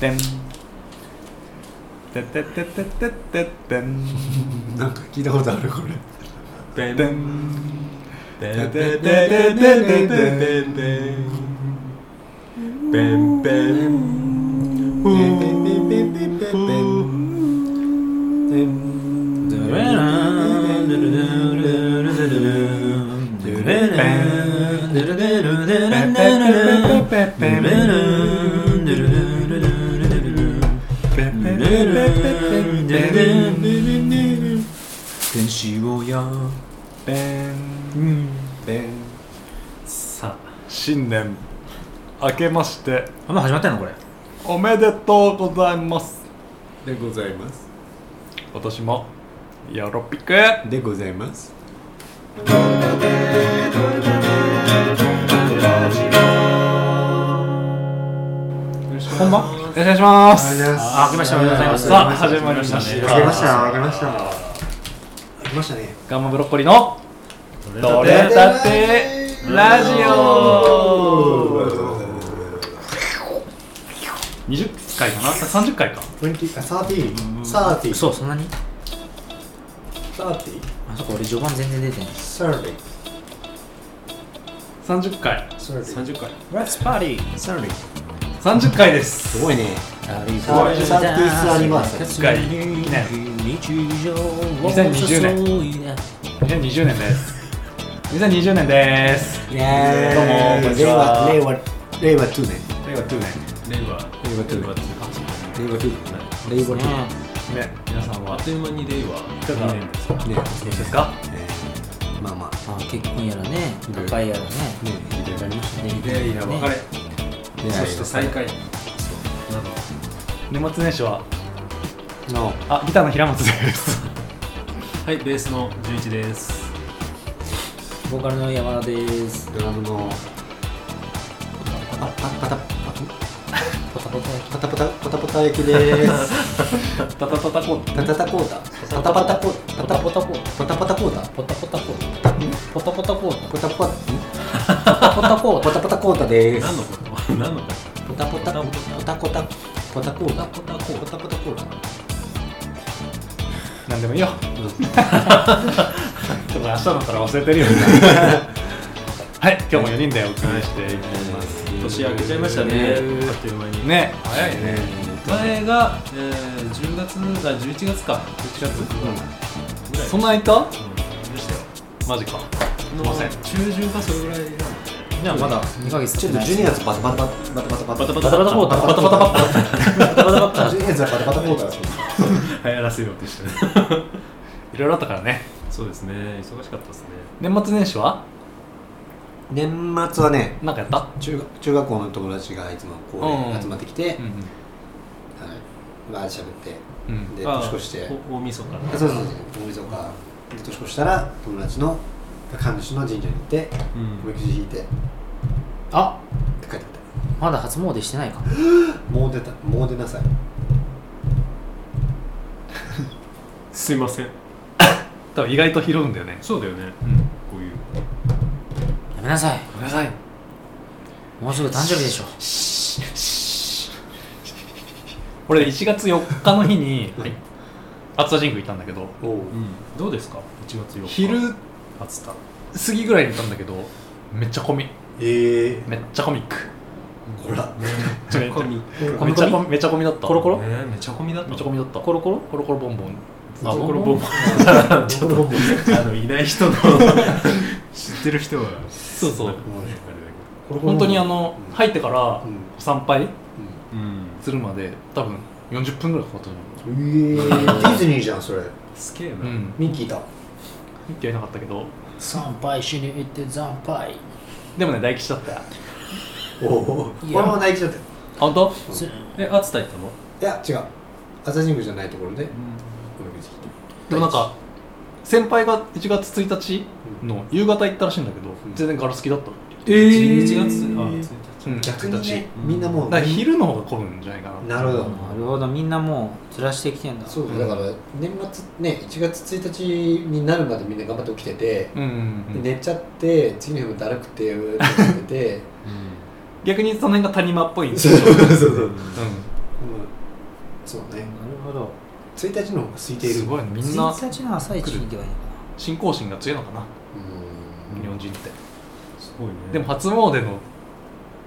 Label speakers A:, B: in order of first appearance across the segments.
A: てんてててててててん
B: なんか聞いたことあるこれ
A: てんてんてんてんてんてんてんてんてんてんふんふん
C: 天使をや
A: てんてん
C: さあ
A: 新年明けまして
C: あもう始まってんのこれ
A: おめでとうございます
B: でございます
A: 今年もよろぴく
B: でございます
A: 本番よろしくお願いします
B: ありがとうございます
C: あ明けましておめでとうございます
A: さあ始まりましたね
B: あけましたあけましたあけましたね
A: ガンマブロッコリーのど
C: れ
A: れだってラジオ20回かな30回か
B: 20あ30 30
C: そうそんなに
B: 30
C: あそこ俺序盤全然出てない
B: 30
A: 30回
B: 30
A: 30回
C: Let's party
B: 30
A: 30回です
B: すごいね
C: す
B: ごいサーティスアニバーサリー
A: 一回ね2020
C: 年
A: 2020年です2020年です
B: イエ
A: どうもこんにち
B: 令
A: は
B: 和令和令和2年
A: 令和2年
D: 令
B: 令和
D: 和
B: 2
D: 令和あ
B: 令和2令和2
A: ね皆さんは
D: っという間に令和
A: ちょっと
D: 2年です
B: ね
A: どうですか
B: えーまあま
C: あ結婚やらね乾杯やらね
B: あねいろいろありましたね
D: 出会いや別れ、
B: ね
D: そして再会など
A: 年末年始は
B: の
A: あギターの平松です
D: はいベースの11です
C: ボーカルの山田です
B: ドラムのパパパタパ
C: ポタポタ
B: パタパタパタパタ焼きです。
A: タタタタコ
B: パタタコータパタパタコータパタ
C: ポタポタ
B: パタパタコータ
C: ポタポタコーポタポタコー
B: ポタポタん
C: タポタポタコー
B: ポタポタコータで
D: 何
B: す
D: の。こと 何のこ
B: ポタポタポタポタポタコータポタポタポタコータ。
A: なんでもいいよちょっと明日だったら忘れてるよ ねはい今日も4人でお送りしていきます
D: と年明けちゃいましたね、あっという間に
A: ね早いね
D: 前が、えー、10月が11月か11月ぐらい
A: そんな空いた
D: うんでしたよ
A: マジか
D: の
A: ません
D: 中旬かそれぐらいなので
C: じゃあまだ2ヶ月
B: ちょっと12月バタバタバタバタバタバタ
C: バタバタコータバタバタバタバタバタ
B: 12月はバタバタコータです。
D: 流行らせようとしてね
A: いろいろあったからね
D: そうですね忙しかったですね
A: 年末年始は
B: 年末はね
A: なんかやった
B: 中学中学校の友達がいつもこうね集まってきて、はい
A: ん
B: まあ喋って
A: うん
B: で
D: あ
B: 年越して。
D: お大晦日か
B: そうそうそう大晦日で年越したら友達の神主の神社に行って
D: うん
B: おみくじ引いて
C: あ
B: 帰ってき
C: まだ初詣してないか
B: たもう出たもう出なさい
D: すいません
A: 多分意外と拾うんだよね
D: そうだよね
A: うん
D: こういう
C: やめなさい
A: ごめんなさい
C: もうすぐ誕生日でしょ
A: 俺1月4日の日に
B: はい
A: 熱田神宮行ったんだけど
B: おう
D: うんどうですか1月4日
A: 昼
D: 熱田
A: 過ぎぐらいに行ったんだけどめっちゃ混み
B: ええ
A: めっちゃコミック
B: こら
A: ちょめっちゃ
D: み
A: めっちゃ混みめっちゃ混みだった
C: コロコロ
D: ねめちゃこみだった
A: めっちゃ混みだったコロコロコロコロボンボン
D: あ
A: ボン
D: コロボンボンちょっとあのいない人の 知ってる人は
A: そうそう
D: もね
A: 本当にあの
B: うん
A: 入ってから
B: うん
A: 参拝
D: あれだ
A: す
D: けどうん
A: るまで多分40分ぐらいかかったと思
B: うんええディズニーじゃんそれ
D: すげえな
A: ううん
B: ミッキーいた
A: 見てはいなかったけど
C: 参拝しに行って参拝
A: でもね大吉だったよ
B: おお
C: い
B: 俺
C: や
B: も泣いちゃったよ
A: 本当
C: す
D: え熱田行った
B: い
D: の
B: や違う朝神宮じゃないところでおみくじ
A: でもなんか先輩が1月1日の夕方行ったらしいんだけど
B: ん
A: 全然ガラスきだった
D: え
C: ー
D: 11月あ
A: う
D: 1日
A: んだ
B: 引いて逆
A: か
B: にねみんなもう
A: ら昼の方が混むんじゃないかな
B: なるほど
C: なるほどみんなもうずらしてきてんだ
B: そう
A: うん
B: だから年末ね1月1日になるまでみんな頑張って起きてて
A: うんうんうん
B: で寝ちゃって次の日もだるくてうーってなってて
D: うん
A: 逆にその辺が谷間っぽいんで
B: そ
A: す
B: う
A: よ
B: そうそうそう
A: うん
B: そうね
C: るほど
B: 1日の方が空いている
A: すごいねみんな
C: 1日の朝一に行けばいいのか
A: 信仰心が強いのかな、
B: うん
A: 日本人って
D: すごいね
A: でも初詣の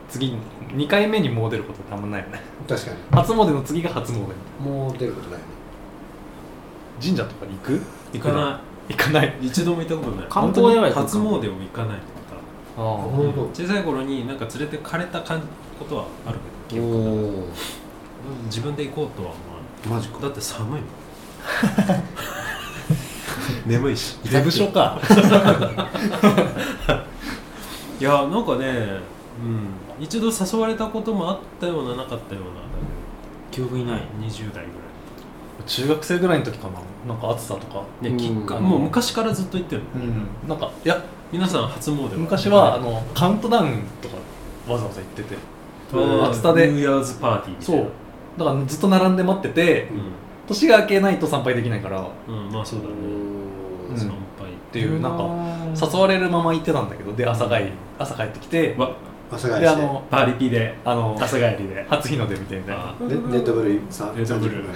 A: 次に2回目にもう出ることってあんまないよね
B: 確かに
A: 初詣の次が初詣
B: もう出ることないね
A: 神社とかに行く
D: 行かな
A: 行かない
D: い一度も行ったことない
C: 観光では行くか
D: 本当に初詣も行かないとか
A: あ
B: 本当
D: 小さい頃になんか連れてかれたかんことはあるけど
B: おお
D: 自分で行こうとは思わな
B: マジ
D: いだって寒いもん眠いし
A: あ出部署か
D: いやなんかね、うん、一度誘われたこともあったようななかったような
C: 記憶にない
D: 20代ぐ
A: 中学生ぐらいの時かななんか暑さとか
D: らいねきっか
B: うん
D: もう昔からずっと言ってるの
A: うんなんかいや
D: 皆さん初詣
A: 昔はあのカウントダウンとかわざわざ行ってて
D: 暑
A: 暑
D: さ
A: さ
D: で
A: で
D: ニューイヤーズパーティーみたい
A: そ
D: な
A: うだからずっと並んで待ってて年が明けないと参拝できないからっ
D: うん、うん、まあそうだね
A: うん
D: 参拝
A: ていうなんか
C: か
A: 誘われるまま行ってたんだけどで朝帰り朝帰ってきて
D: わ
B: 朝帰り
A: であ
B: して
A: の
D: パリピで
A: あの
D: 朝帰りで
A: 初日の出みたいな
D: あ
B: レレッドブルさん
D: レッドブル
A: レッド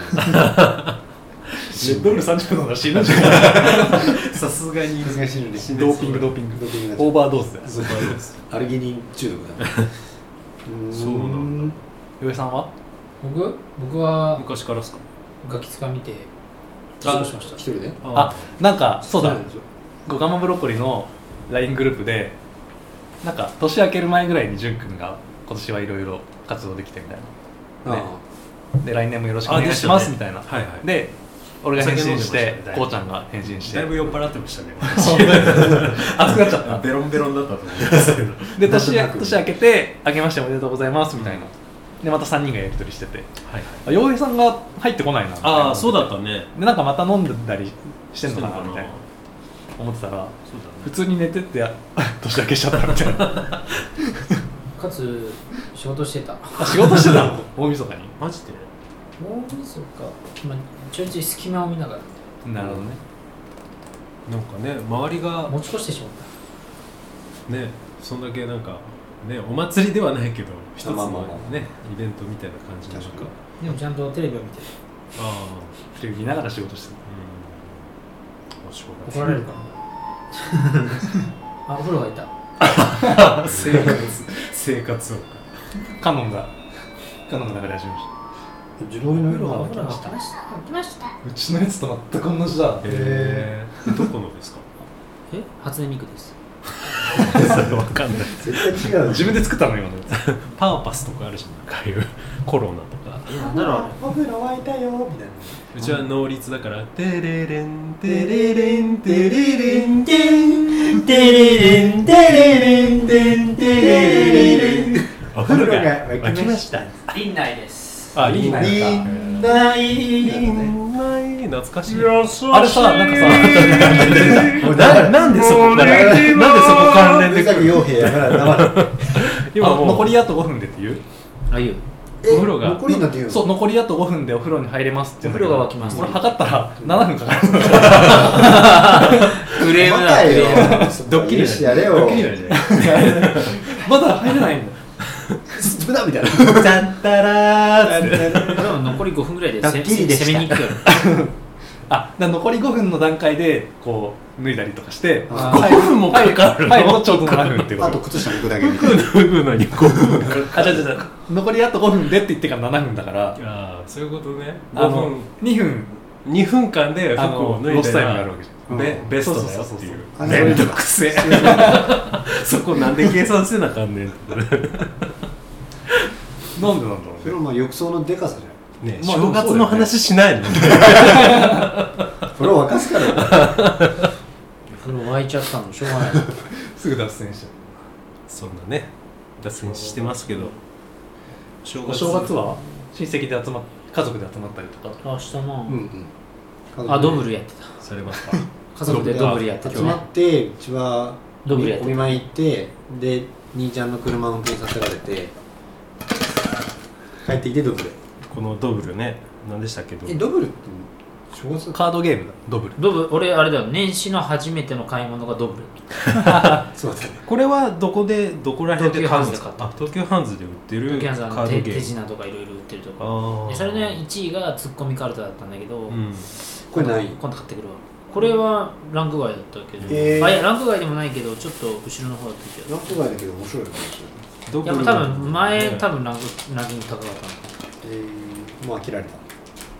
A: ブル30分の死ぬじゃん
D: さすがに
B: 難しいので
D: 死ぬ
A: ドーピングドーピング
B: ドーピングだ
A: オーバードーズだ
D: そうです
B: アルギニン中毒だね
D: そうなん
B: だ
A: 岩井さんは
C: 僕僕は
D: 昔からっすか
C: ガキ使見て
D: あ
C: 過ごしました
B: 一人で
A: あなんかそうだ
B: なんでしょ
A: 五カマブロッコリーの LINE グループでなんか年明ける前ぐらいに淳君が今年はいろいろ活動できてみたい
B: あ
A: ねなで来年もよろしくお願いしますみたいな
D: はいはい
A: で俺が返信し
D: お酒飲んで
A: て
D: ましたね
A: こうちゃんが返信して
D: だ いぶ酔っ払ってましたね
A: 熱くなっちゃっ
D: あ
A: た
D: ベロンベロンだったと思うんですけど
A: で
B: なんと
A: 年
B: なく
A: 年明けて「明けましておめでとうございます」みたいなでまた3人がやり取りしてて
D: はいはい
A: あ洋平さんが入ってこないなみたいな
D: ああそうだったね
A: でなんかまた飲んだりしてんのか
D: して
A: なんみたいな思ってたら
D: そうだね
A: 普通に寝てってや 年明けしちゃったみたいな
C: かつ仕事してた
A: あ仕事してたの大晦日に
D: マジで
C: 大晦日まあちょいちょい隙間を見なが
A: なるほどね
D: なんかね周り
C: ら
D: が
C: 持ち越してしまっ
D: ねそんだけなんかねお祭りではないけど一つ
B: まあ
D: の
B: まあまあ
D: ねイベントみたいな感じなのか
B: 確かに
C: たでもちゃんとテレビを見て
D: あ
A: テレビ見ながら仕事して
D: あうんおしょう
C: 怒られるかなあお風呂がいた
D: がない生活 生活を
A: たカノンがカノンが流れ始めまし
B: 自動の色
C: お
B: が
C: 風呂が沸きました沸きました
A: たうちのやつと全く同じだ
D: へえどこのですか
C: え初音ミクです
D: わかんない
B: 絶対違う
A: 自分で作ったの今のやつ
D: パーパスとかあるじゃんなんかああいうコロナとか
C: えなんだろうあれ
B: お風呂沸いたよみたいな
D: うちは能率だから「テレレンテレレンテレレンテンテレレンテレレンテンテレレン」お風呂が沸きました
C: 院内です
D: あいい
A: なんか
B: みんない
D: い
B: いね
D: ない懐かしいあれ
A: あ れさなんかさ
D: ななんでそこからなんでそこ関連で
B: さ
D: く
B: っき
D: る
B: 傭兵やから黙る
D: 今
A: あ
D: もう
A: 残りあと5分でって言う
C: あゆ
D: お風呂が
B: 残りなんて言うの
A: そう残りあと5分でお風呂に入れますって言うんだけど
C: お風呂が沸きます
A: 俺測ったら7分かかる
C: クレーム
B: 細
C: だ
B: かいよ
D: ドッキリ
B: いいしやれよ
D: ドッキリだね
A: まだ入れないんだ
B: スプナみたいな
D: じゃったらーっつって
C: でも残り5分ぐらいで
B: ド
C: せ
B: ッキリでした
C: 攻めに行くよ
A: あだから残り5分の段階でこう脱いだりとかして
B: あ
A: はい
D: 5分もかかるの
A: はい、はいもうちょうど7分ってこ
B: あと
A: と
B: 靴下抜くだけみたいな
D: 脱ぐのに5分かかる
A: あ違う違う違う残りあと5分でって言ってから7分だから
D: ああそういうことね
A: あの
D: 5分
A: 2分
D: 2分間で
A: あ
D: 服を
A: の
D: 脱い
A: ロスタイムにな
D: だ
A: る
D: ら
A: わけじゃ
B: うん
D: ベベストだよ
A: そうそうそうそう
D: っていう
B: あの
D: めんどくせえそこなんで計算せなあかんねんって
A: んなんでなんだろ
B: そう
A: ね
B: れもまあ浴槽のでかさじゃ
D: ね
A: まあ
D: 正月の話しないの
B: ない風呂沸かすからよ
C: 風呂沸いちゃったのしょうがない
A: すぐ脱線しちゃ
D: そんなね脱線してますけど正
A: うお正月は親戚で集まっ家族で集まったりとか
C: 明日な、
B: うんうん
C: あドブルやってた
D: されますか
C: 家族でドブルやってた
B: 集まってうちは
C: ドブルやって
B: お
C: た
B: 見舞い行ってで兄ちゃんの車運転させられて帰ってきてドブル
D: このドブルね何でしたっけドブ
B: え
D: ル
B: ドブルって正月
A: カードゲームだドブル
C: ドブ俺あれだよ年始の初めての買い物がドブル
B: そうだね
D: これはどこでどこら辺で買うんですか東急ハンズで売ってる
C: 時
D: カ
C: はさあの
D: ード
C: 手
D: ゲ
C: 手
D: ーム
C: 品とかいろいろ売ってるとこ
D: あ
C: で
D: あ
C: それの1位がツッコミカルタだったんだけど、
D: うん
B: これない
C: 今度買ってくるわこれはランク外だったけど、
B: えー
C: あいやランク外でもないけどちょっと後ろの方だったけど
B: ランク外だけど面白いかもし
D: ドブ
C: やっ
D: ル
C: ぱ多分前、
D: ね
C: 多分ランクランキング高かった
B: れないえー、もう飽きられ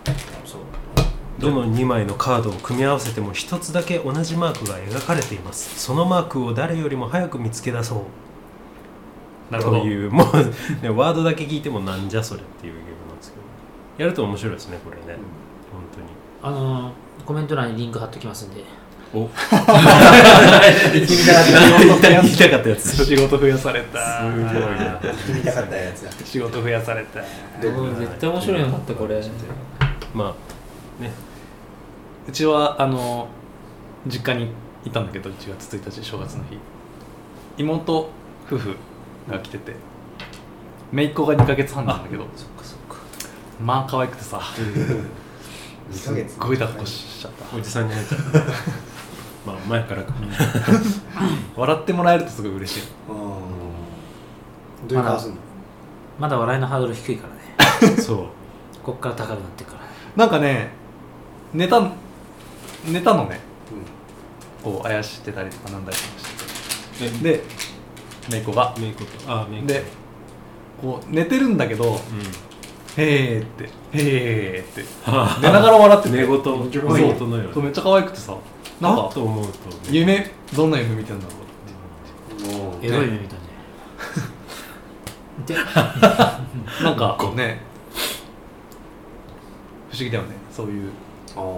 B: た
C: のそう
D: どの2枚のカードを組み合わせても1つだけ同じマークが描かれていますそのマークを誰よりも早く見つけ出そう
A: なるほど
D: というもう、ね、ワードだけ聞いてもなんじゃそれっていうゲームなんですけどやると面白いですねこれね、
C: あ
D: 本
C: のーコメント欄にリンク貼っときますんで
D: 当にお
B: 行ってみたかった
D: 言いたかったやつ
A: 仕事増やされた
D: すごいな
B: 行ってみたかったやつだ
A: 仕事増やされた
B: ど
C: こ
B: こ
C: れ絶対面白いのだったこれ
D: まあね
A: うちはあの実家にいたんだけど1月1日正月の日妹夫婦が来てて姪っ子が2ヶ月半なんだけど
D: そっかそっか
A: まあ可愛くてさ
B: 2ヶ月
A: すっごい抱っこしちゃった
D: おじさんになっちゃうまあ前からか
A: 笑ってもらえるとすごい嬉しい
B: うんどういう顔すんの
C: まだ笑いのハードル低いからね
D: そう
C: こっから高くなってくから
A: なんかね寝た寝たのね
B: うん
A: こうあやしてたりとかなんだりとかして
D: え
A: てで姪っ子が
D: メイコとあメイコ
A: でこう寝てるんだけど
D: うん
A: 「へえ」って「へえ」って
D: はあ
A: 寝ながら笑ってて
D: 寝言
A: そう
D: 寝言のよう
A: そう
D: に
A: めっちゃ可愛くてさなん
D: あ
A: か
D: と思うとね
A: 夢どんな夢見てんだろう
B: もう
C: エロい夢見たねで
A: なんかね不思議だよねそういう
B: あ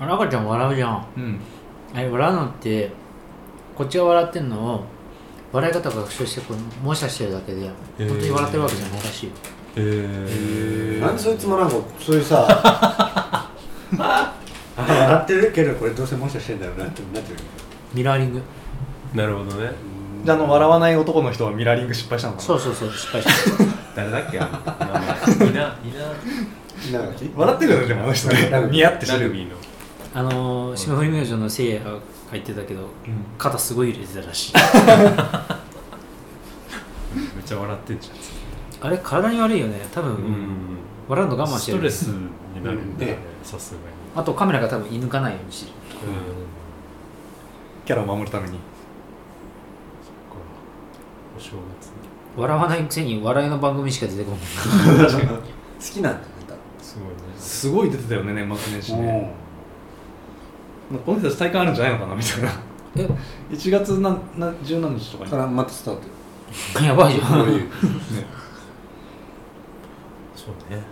C: あれ赤ちゃん笑うじゃん
A: うん
C: あれ笑うのってこっちが笑ってんのを笑い方を学習してこう模写してるだけで
D: えー
C: 本当に笑ってるわけじゃないらしいよ
D: へえ
B: ーなんでそいつもなんかそういうさ 笑ってるけどこれどうせ模写してんだろうなってなってる
C: ミラーリング
D: なるほどね
A: であの笑わない男の人はミラーリング失敗したのかな
C: そうそうそう失敗 した
D: 誰だっけあの名前いない
B: なんかき
A: 笑ってるよねでもあの人
B: ラグ
A: ね
B: ビー
A: 似合って
D: なラ
A: して
D: グ
A: る
D: ビーの
C: あのー霜降り明星のせいやが言ってたけど肩すごい揺れてたらしい
D: めっちゃ笑ってんじ
C: あれ体に悪いよね多分、
D: ゃんうん
C: 笑うの我慢し
D: ス
C: て
D: ト
C: る
D: レスになるんだね
B: ね
D: さすがに
C: あとカメラが多分射抜かないようにしてる
D: うん
A: キャラを守るために
D: そっかお正月に
C: 笑わないくせに笑いの番組しか出 てこない
B: 好きなんだね
D: すごいね
A: すごい出てたよね年末年
B: 多
A: 始
B: 分
A: ねこの人たち体感あるんじゃないのかなみたいな
C: え
A: 1月なな十何日とかに
B: だからまたスタート
C: やばいじゃ
B: こうい
C: ん
B: う
D: そうね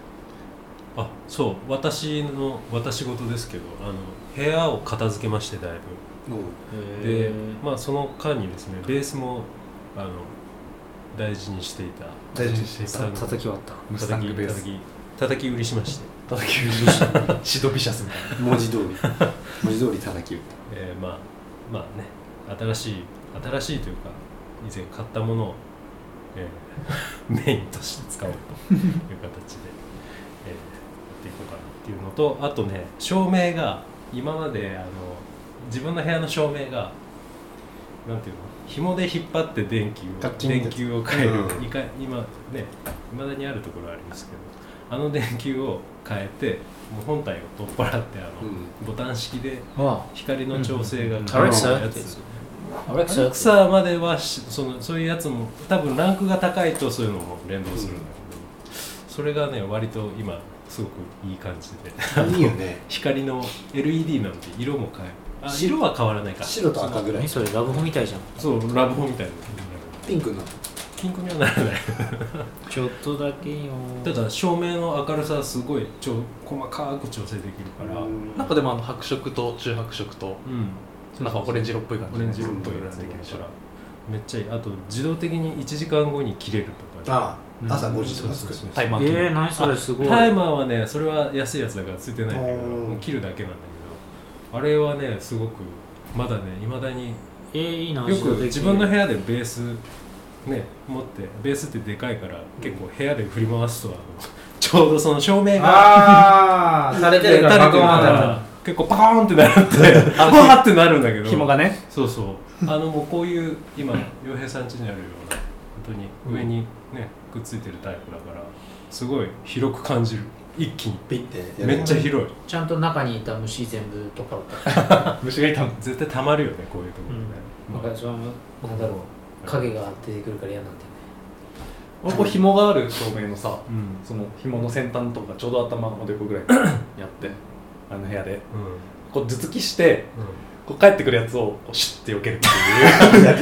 D: あそう私の私事ですけどあの部屋を片付けましてだいぶで
C: へー
D: まあその間にですねベースもあの大事にしていた
A: 大事にしていた
D: あの
C: 叩き割った
A: ムスタング
D: 叩
A: ベ
D: き
A: ース
D: 叩き叩き売りしまして、
A: 叩き売りした シドビシャスみたいな
B: うん文 字通り文字通り叩き打った
D: えーまあまあね新しい新しいというか以前買ったものを、えー メインとして使おうという形で、えーやっていこうかなっていうのとあとね照明が今まであの自分の部屋の照明がなんていうの紐で引っ張って電球
B: ガ
D: を
B: ッチンって
D: 電球を変える、
B: うん
D: いか今ねいまだにあるところはありますけどあの電球を変えてもう本体を取っ払ってあの、
B: う
D: ボタン式で
C: あ
D: 光の調整が
A: うん
D: 可能
C: ア
D: な
C: レクサ
D: やつ
C: あアレクサ
D: アレクサまではしそのそういうやつも多分ランクが高いとそういうのも連動するんだけど、それがね割と今すごくいい感じで
B: いいよね
D: 光の LED なんて色も変えあ
B: 白
D: 色は変わらないか
B: 白と赤ぐらい
C: 何それラブホみたいじゃん
D: そうラブホみたいな
B: ピンクの
D: ピンクにはならない
C: ちょっとだけよ
D: ただ照明の明るさはすごいちょ細かく調整できるから、うん
A: なんかでもあの白色と中白色となんかオレンジ色っぽい感
D: オ
A: じ
D: レ
A: ね
D: ンジ色っぽい色ができるからめっちゃいいあと自動的に1時間後に切れるとかね
B: ああ朝5時とか作る
D: そうそうそう
A: タイマー機能
C: えー、何それすごい
D: タイマーはねそれは安いやつだからついてないんだけど
B: うん
D: もう切るだけなんだけどあれはねすごくまだねいまだに
C: えー、いいな
D: よく自分の部
C: 屋
D: 屋でベー スね持ってベースってでかいから結構部屋で振り回すとあのち
B: ちょうどその照明が
D: ああ
B: 垂れてるから
D: 垂れて
B: パコ
D: る
B: ーン
D: から結構パコーンってなるって
A: あ
D: パ
A: の
D: ーってなるんだけど
A: 紐がね
D: そうそうあのもうこういう今洋平さん家にあるような本当に上にねくっついてるタイプだからすごい広く感じる一気に
B: ピッてやる
D: めっちゃ広い
C: ちゃんと中にいた虫全部とかった
A: 虫がいたの
D: 絶対たまるよねこういうところね、
C: なんかそのなんだろう影が出てくるから嫌なんだよね
A: ここ紐がある照明のさ
D: うんうん
A: その紐の先端のとかちょうど頭まで横ぐ らいやってあの部屋でこう頭突きしてこう帰ってくるやつをこうシュッて避ける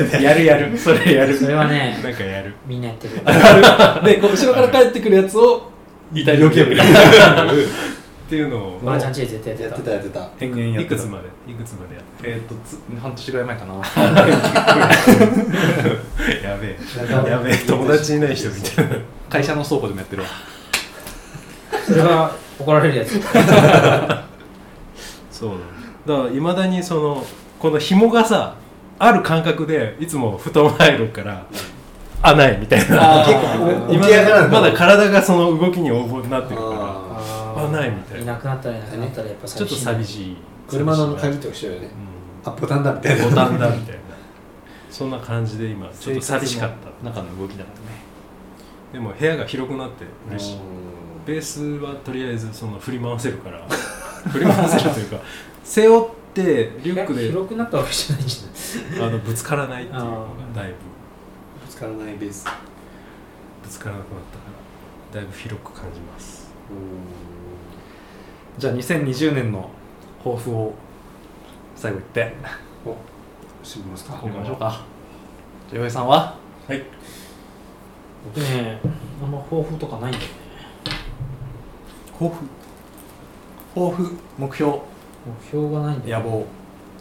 A: っていう やるやるそれやる
C: それはね
D: うん、なんかやる
C: みんなやってる
A: あるでこう後ろから帰ってくるやつを遺体
D: 避けるっていうのを
C: マーちゃん家で絶対 や
B: や
C: っ
B: っててた
C: た
B: やってた
A: 延々やって
D: いく
A: た
D: つまでいくつまでやって
A: えーっとつ半年ぐらい前かな
D: やべえ
B: なんか
D: やべえ友達いない人みたいな
A: 会社の倉庫でもやってるわ
C: それが怒られるやつ
D: そうだからいまだにそのこの紐がさある感覚でいつも布団入るからあないみたいな
A: あ
B: 結構起き上がらん
D: まだ体がその動きに応募になってるから
B: あ
D: あないみたいない
C: なくなったらいなくなったらやっぱ
D: ちょっと寂
C: い
D: しい
B: ー車の鍵
D: 寂しい
B: と一緒よね
D: な
B: あボタンだみたいな
D: うんボタンだみたいな そんな感じで今ちょっと寂しかった
A: 中の動きだからね
D: でも部屋が広くなって嬉しい
B: うん
D: ベースはとりあえずその振り回せるから 振り回せるというか背負ってリュックで
C: 広くなったわけじゃないんじゃない
D: あのぶつからないっていうのがだい
B: ぶ
D: ぶ
B: つからないベース
D: ぶつからなくなったからだいぶ広く感じます
B: うん
A: じゃあ2020年の抱負を最後言って
B: おしてみますか
A: 行きましょうかじゃあ岩井さんは
D: はい
C: 僕ねあんま抱負とかないんだよね
A: 抱負抱負目標
C: 目標がないんだよ
A: 野望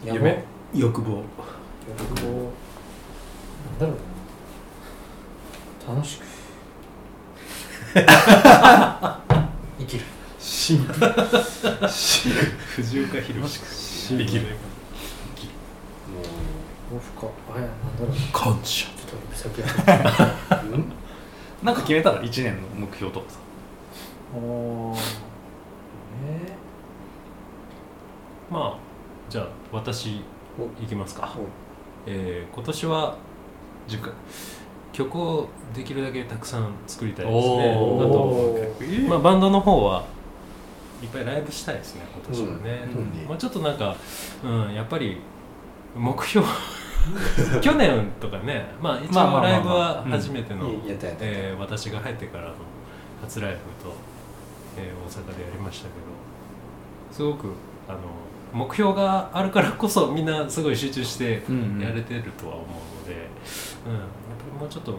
C: 野望
A: 夢
D: 欲望
C: 欲望なんだろうな楽しく生きる
B: シンプ
D: 藤岡弘
B: ル
D: できる
C: 抱負かあいやなんだろうち
D: 感謝
C: ょっと先や
B: うん
A: なんか決めたら1年の目標とかさ
C: おーえ
D: まあじゃあ私いきますか
B: お、
D: えー今年は10回曲をできるだけたくさん作りたいですね
A: おー
D: あと、ま
A: ま
D: あ、バンドの方はいっぱいライブしたいですね今年はね、
B: うん
D: まあ、ちょっとなんか、うん、やっぱり目標去年とかね、まあ、一
A: まあまあまあまあ
D: 応ライブは初めての
B: うんやったやった
D: えー私が入ってからの初ライブと、えー大阪でやりましたけどすごくあの目標があるからこそみんなすごい集中して
A: うんうん
D: やれてるとは思うので、うんやっぱりもうちょっとこ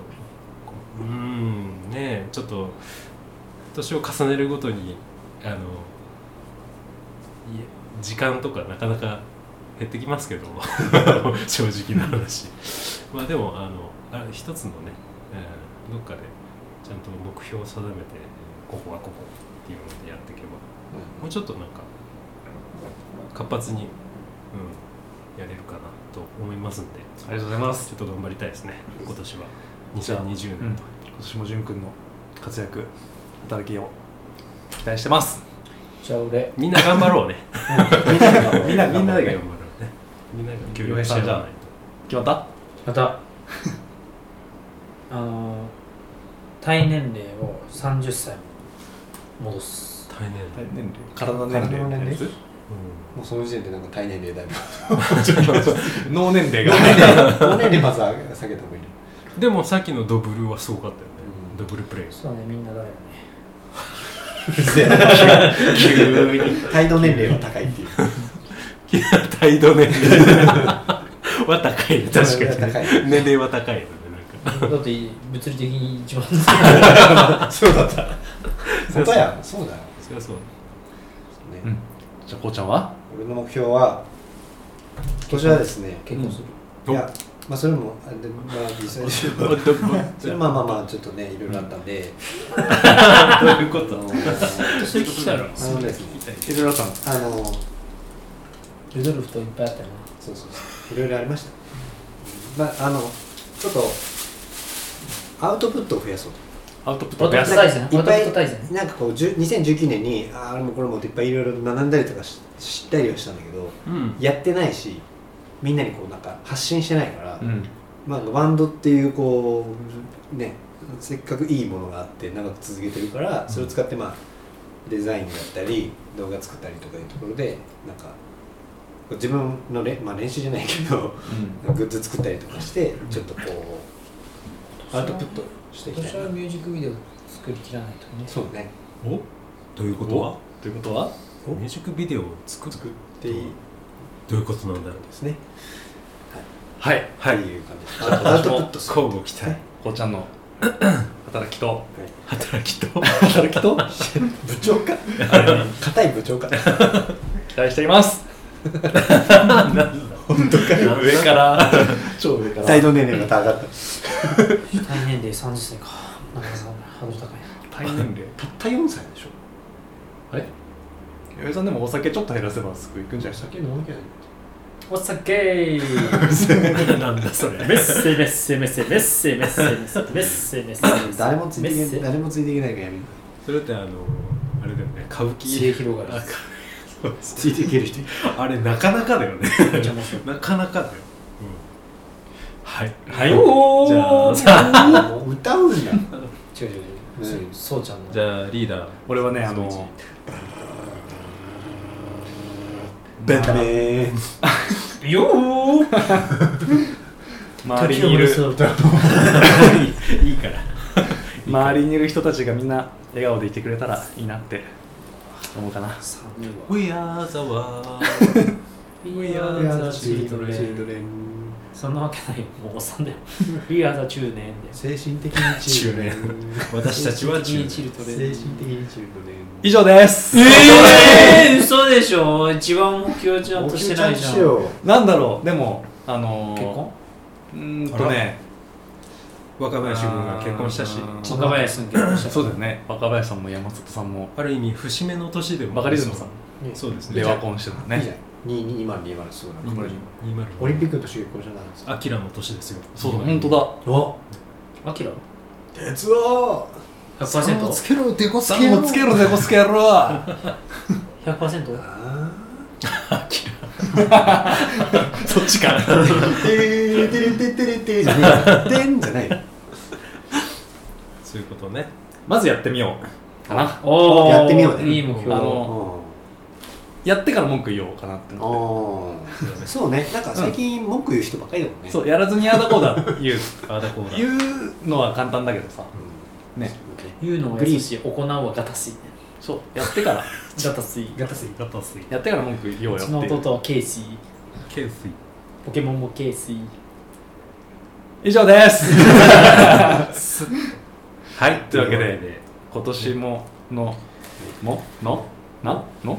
D: ううんねえちょっと年を重ねるごとにあのいえ時間とかなかなか減ってきますけど 正直な話まあでもあのあ一つのね、えーどっかでちゃんと目標を定めてここはここっていうのでやっていけばもうちょっとなんか活発に、うん、やれるかなと思いますんで
A: ありがとうございます
D: ちょっと頑張りたいですね今年は2020年と、
A: 今年も潤くんの活躍働きを期待してます
C: ーじゃあ俺
D: みんな頑張ろうねみんな みんなで頑張ろうねみんなが協力し合わないと
A: 決まった
C: またあの体年齢を30歳に戻す
D: 大変だよね
A: 年齢体
B: 体の
A: の
B: 年
A: 年
B: 齢
A: 齢
B: もうその時点でなんか体年齢だいぶ
A: 脳年齢が
B: 体年齢まず下げた方がいいね
D: うんでもさっきのドブルはすごかったよね、
B: うん
D: ドブルプレイ
C: そうだねみんなだよね
B: 体の年齢は高いっていう
D: 態度年齢は 高いね確かに
B: 高い
D: ね年齢は高いよねなんか
C: だって物理的に一番
B: そうだった本当やそうだよ、
D: そりゃそう
B: ね
A: うんじゃあこうちゃんは
B: 俺の目標は今年はですね
C: 結婚する、
B: いやまあそれもあでまあ実際に それまあまあまあちょっとねいろいろあったんで、
D: どういうこ
B: あの
D: と
C: それ聞きたいな
B: あのですね
A: いろいろあったの
B: あの
C: ルドルフといっぱいあったよな
B: そうそうそういろいろありましたまああのちょっとアウトプットを増やそうと
A: アウトプッ
C: ポ
A: ト
C: ト
A: 増や
C: フ
A: す
C: 大全
B: いっ
C: ポト
B: ぱ
C: フ大
B: い
C: 全
B: なんかこうじゅ2019年にあーあれもこれもっていっぱいいろいろ学んだりとかし知ったりはしたんだけど
A: うん
B: やってないしみんなにこうなんか発信してないから、
A: うん
B: まあ、バンドっていうこうねせっかくいいものがあって長く続けてるからそれを使ってまあデザインだったり動画作ったりとかいうところでなんか自分のれ、まあ、練習じゃないけどグッズ作ったりとかしてちょっとこうアウトプットしてい
C: 今
B: きた
C: 年
B: い
C: は
B: な
C: ミュージックビデオ作り切らないとね
B: そうね
D: おどういうことは
A: ということは
B: お
D: ミュージックビデオを作る
B: 作っていい
D: どういうことなんだろう
B: ですね
A: はい
D: はい
B: っていう感じですアウトプットする
D: 交互期待
A: こうちゃんの 働きと
D: 働きと
A: 働きと
B: 部長か硬い部長か
A: 期待してい ます
B: 本当かよ
A: 上から超上から
B: 態度年齢が上がった
C: 対年齢30歳かなかなかハードル高いな
A: 対年齢
B: たった4歳でしょ
A: あれ弥生さんでもお酒ちょっと減らせばすぐ行くんじゃないですか
B: 酒飲まなきゃい
C: お酒
D: なんだそれ
C: メッセメッセメッセメッセメッセメッセメッセメッセメッセ
B: 誰もついていけ
C: メッセ
B: 誰もついていけないからやめる
D: それってあのあれだよね歌舞
C: すげえ
D: 伎
C: 広がる
B: ついていける人
D: あれなかなかだよ ね
C: めっちゃ面白い
D: なかなかだよ、うん、はいはい
C: お
D: じゃあ
C: じゃあ
B: もう歌うんだ
C: 違う違う違う、
B: うん
C: そうちゃんの
D: じゃあリーダー
A: 俺はねあの
B: ベタメー
C: よー
A: 周りにいる
C: 時を戻そう
D: いいから
A: 周りにいる人たちがみんな笑顔でいてくれたらいいなって思うかな
C: 寒いわ
D: We are the world
C: We
D: are the children.
C: そんなわけないよもうおっさんだよ We are the 中年で
B: 精神的に中年
D: 私たちは中
C: チルトレ
B: 精神的に中
A: 以上です
C: えー、嘘でしょ一番目標ちゃんとしてないじゃん
B: しよう
A: なんだろうでもあの
C: 結婚
A: うーんとね
D: 若林君が結婚したし
A: あー
C: 若林さん結婚した
A: そうだよね若林さんも山里さんも
D: ある意味節目の年でも
A: バカリズムさん
D: そうですね
A: レワコンしてた
B: いい
A: ね
B: じゃん2 2 0 2 0すごいな
D: 2020
B: オリンピックの年結婚したんです
D: アキラの年ですよ
A: そうだ本当だ
B: あ
C: アキラ
B: 鉄を
C: 100%
B: つけろデコつ
A: さんもつけろねこつけろ
C: 100%?
B: あ
A: そっちか
B: ーてれてれてれてれてれじゃねえよでんじゃないよ
D: そういうことね
A: まずやってみようかな
C: おー
B: やってみようね
C: いい目標
A: あ
B: う
A: の
B: ん
A: やってから文句言おうかなって
B: あ
A: 思っ
B: ーそうねなんか最近文句言う人ばっかりだもん
A: て
B: ね
A: そうやらずにああだこうだ言う
D: ああだこうだ
A: 言うのは簡単だけどさ
B: うん
A: ね
C: 言うのは優しい行うはガタスイ
A: そうやってから
C: ガタスイ
B: ガタスイ
D: ガタスイ
A: やってから文句言おう
C: う
A: よっ
C: ち
A: て
C: の
A: いう
C: 弟はケイシー
D: ケースイ
C: ポケモンもケイシー
A: 以上です
D: はい
A: というわけで今年ものものなの
B: 今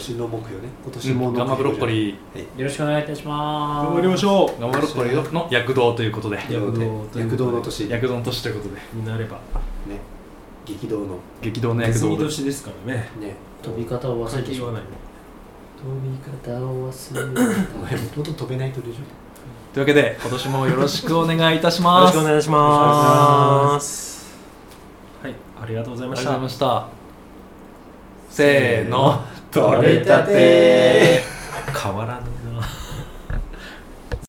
B: 年の目標ね今年も
A: ガンマブロッコ
B: ー
A: リー
C: よろしくお願いいたします
A: 頑張りましょうガンマブロッコリーの躍動ということで
D: 躍動ということで
B: 躍動の年ね
A: 躍動の年ということで
D: になれば
B: 激動の
A: 激動の
D: ネ
A: 躍
D: ズミ
A: 動で
D: 年ですからね
B: ね
C: 飛び方を忘れ
D: 関
C: て
D: 係
C: しま
D: は
C: う
D: ない
C: 飛び方を忘れて
B: お前もともと飛べないとでしょ
A: というわけで今年もよろしくお願いいたし
D: よろ
A: ま
D: し
A: す
D: くお
A: あ
D: 願いします。はい、ありがとうござい
A: りが
D: ま
A: と
D: し
A: うござい
D: た。
A: ましたせーの
B: 取れたて
D: 変わらぬ。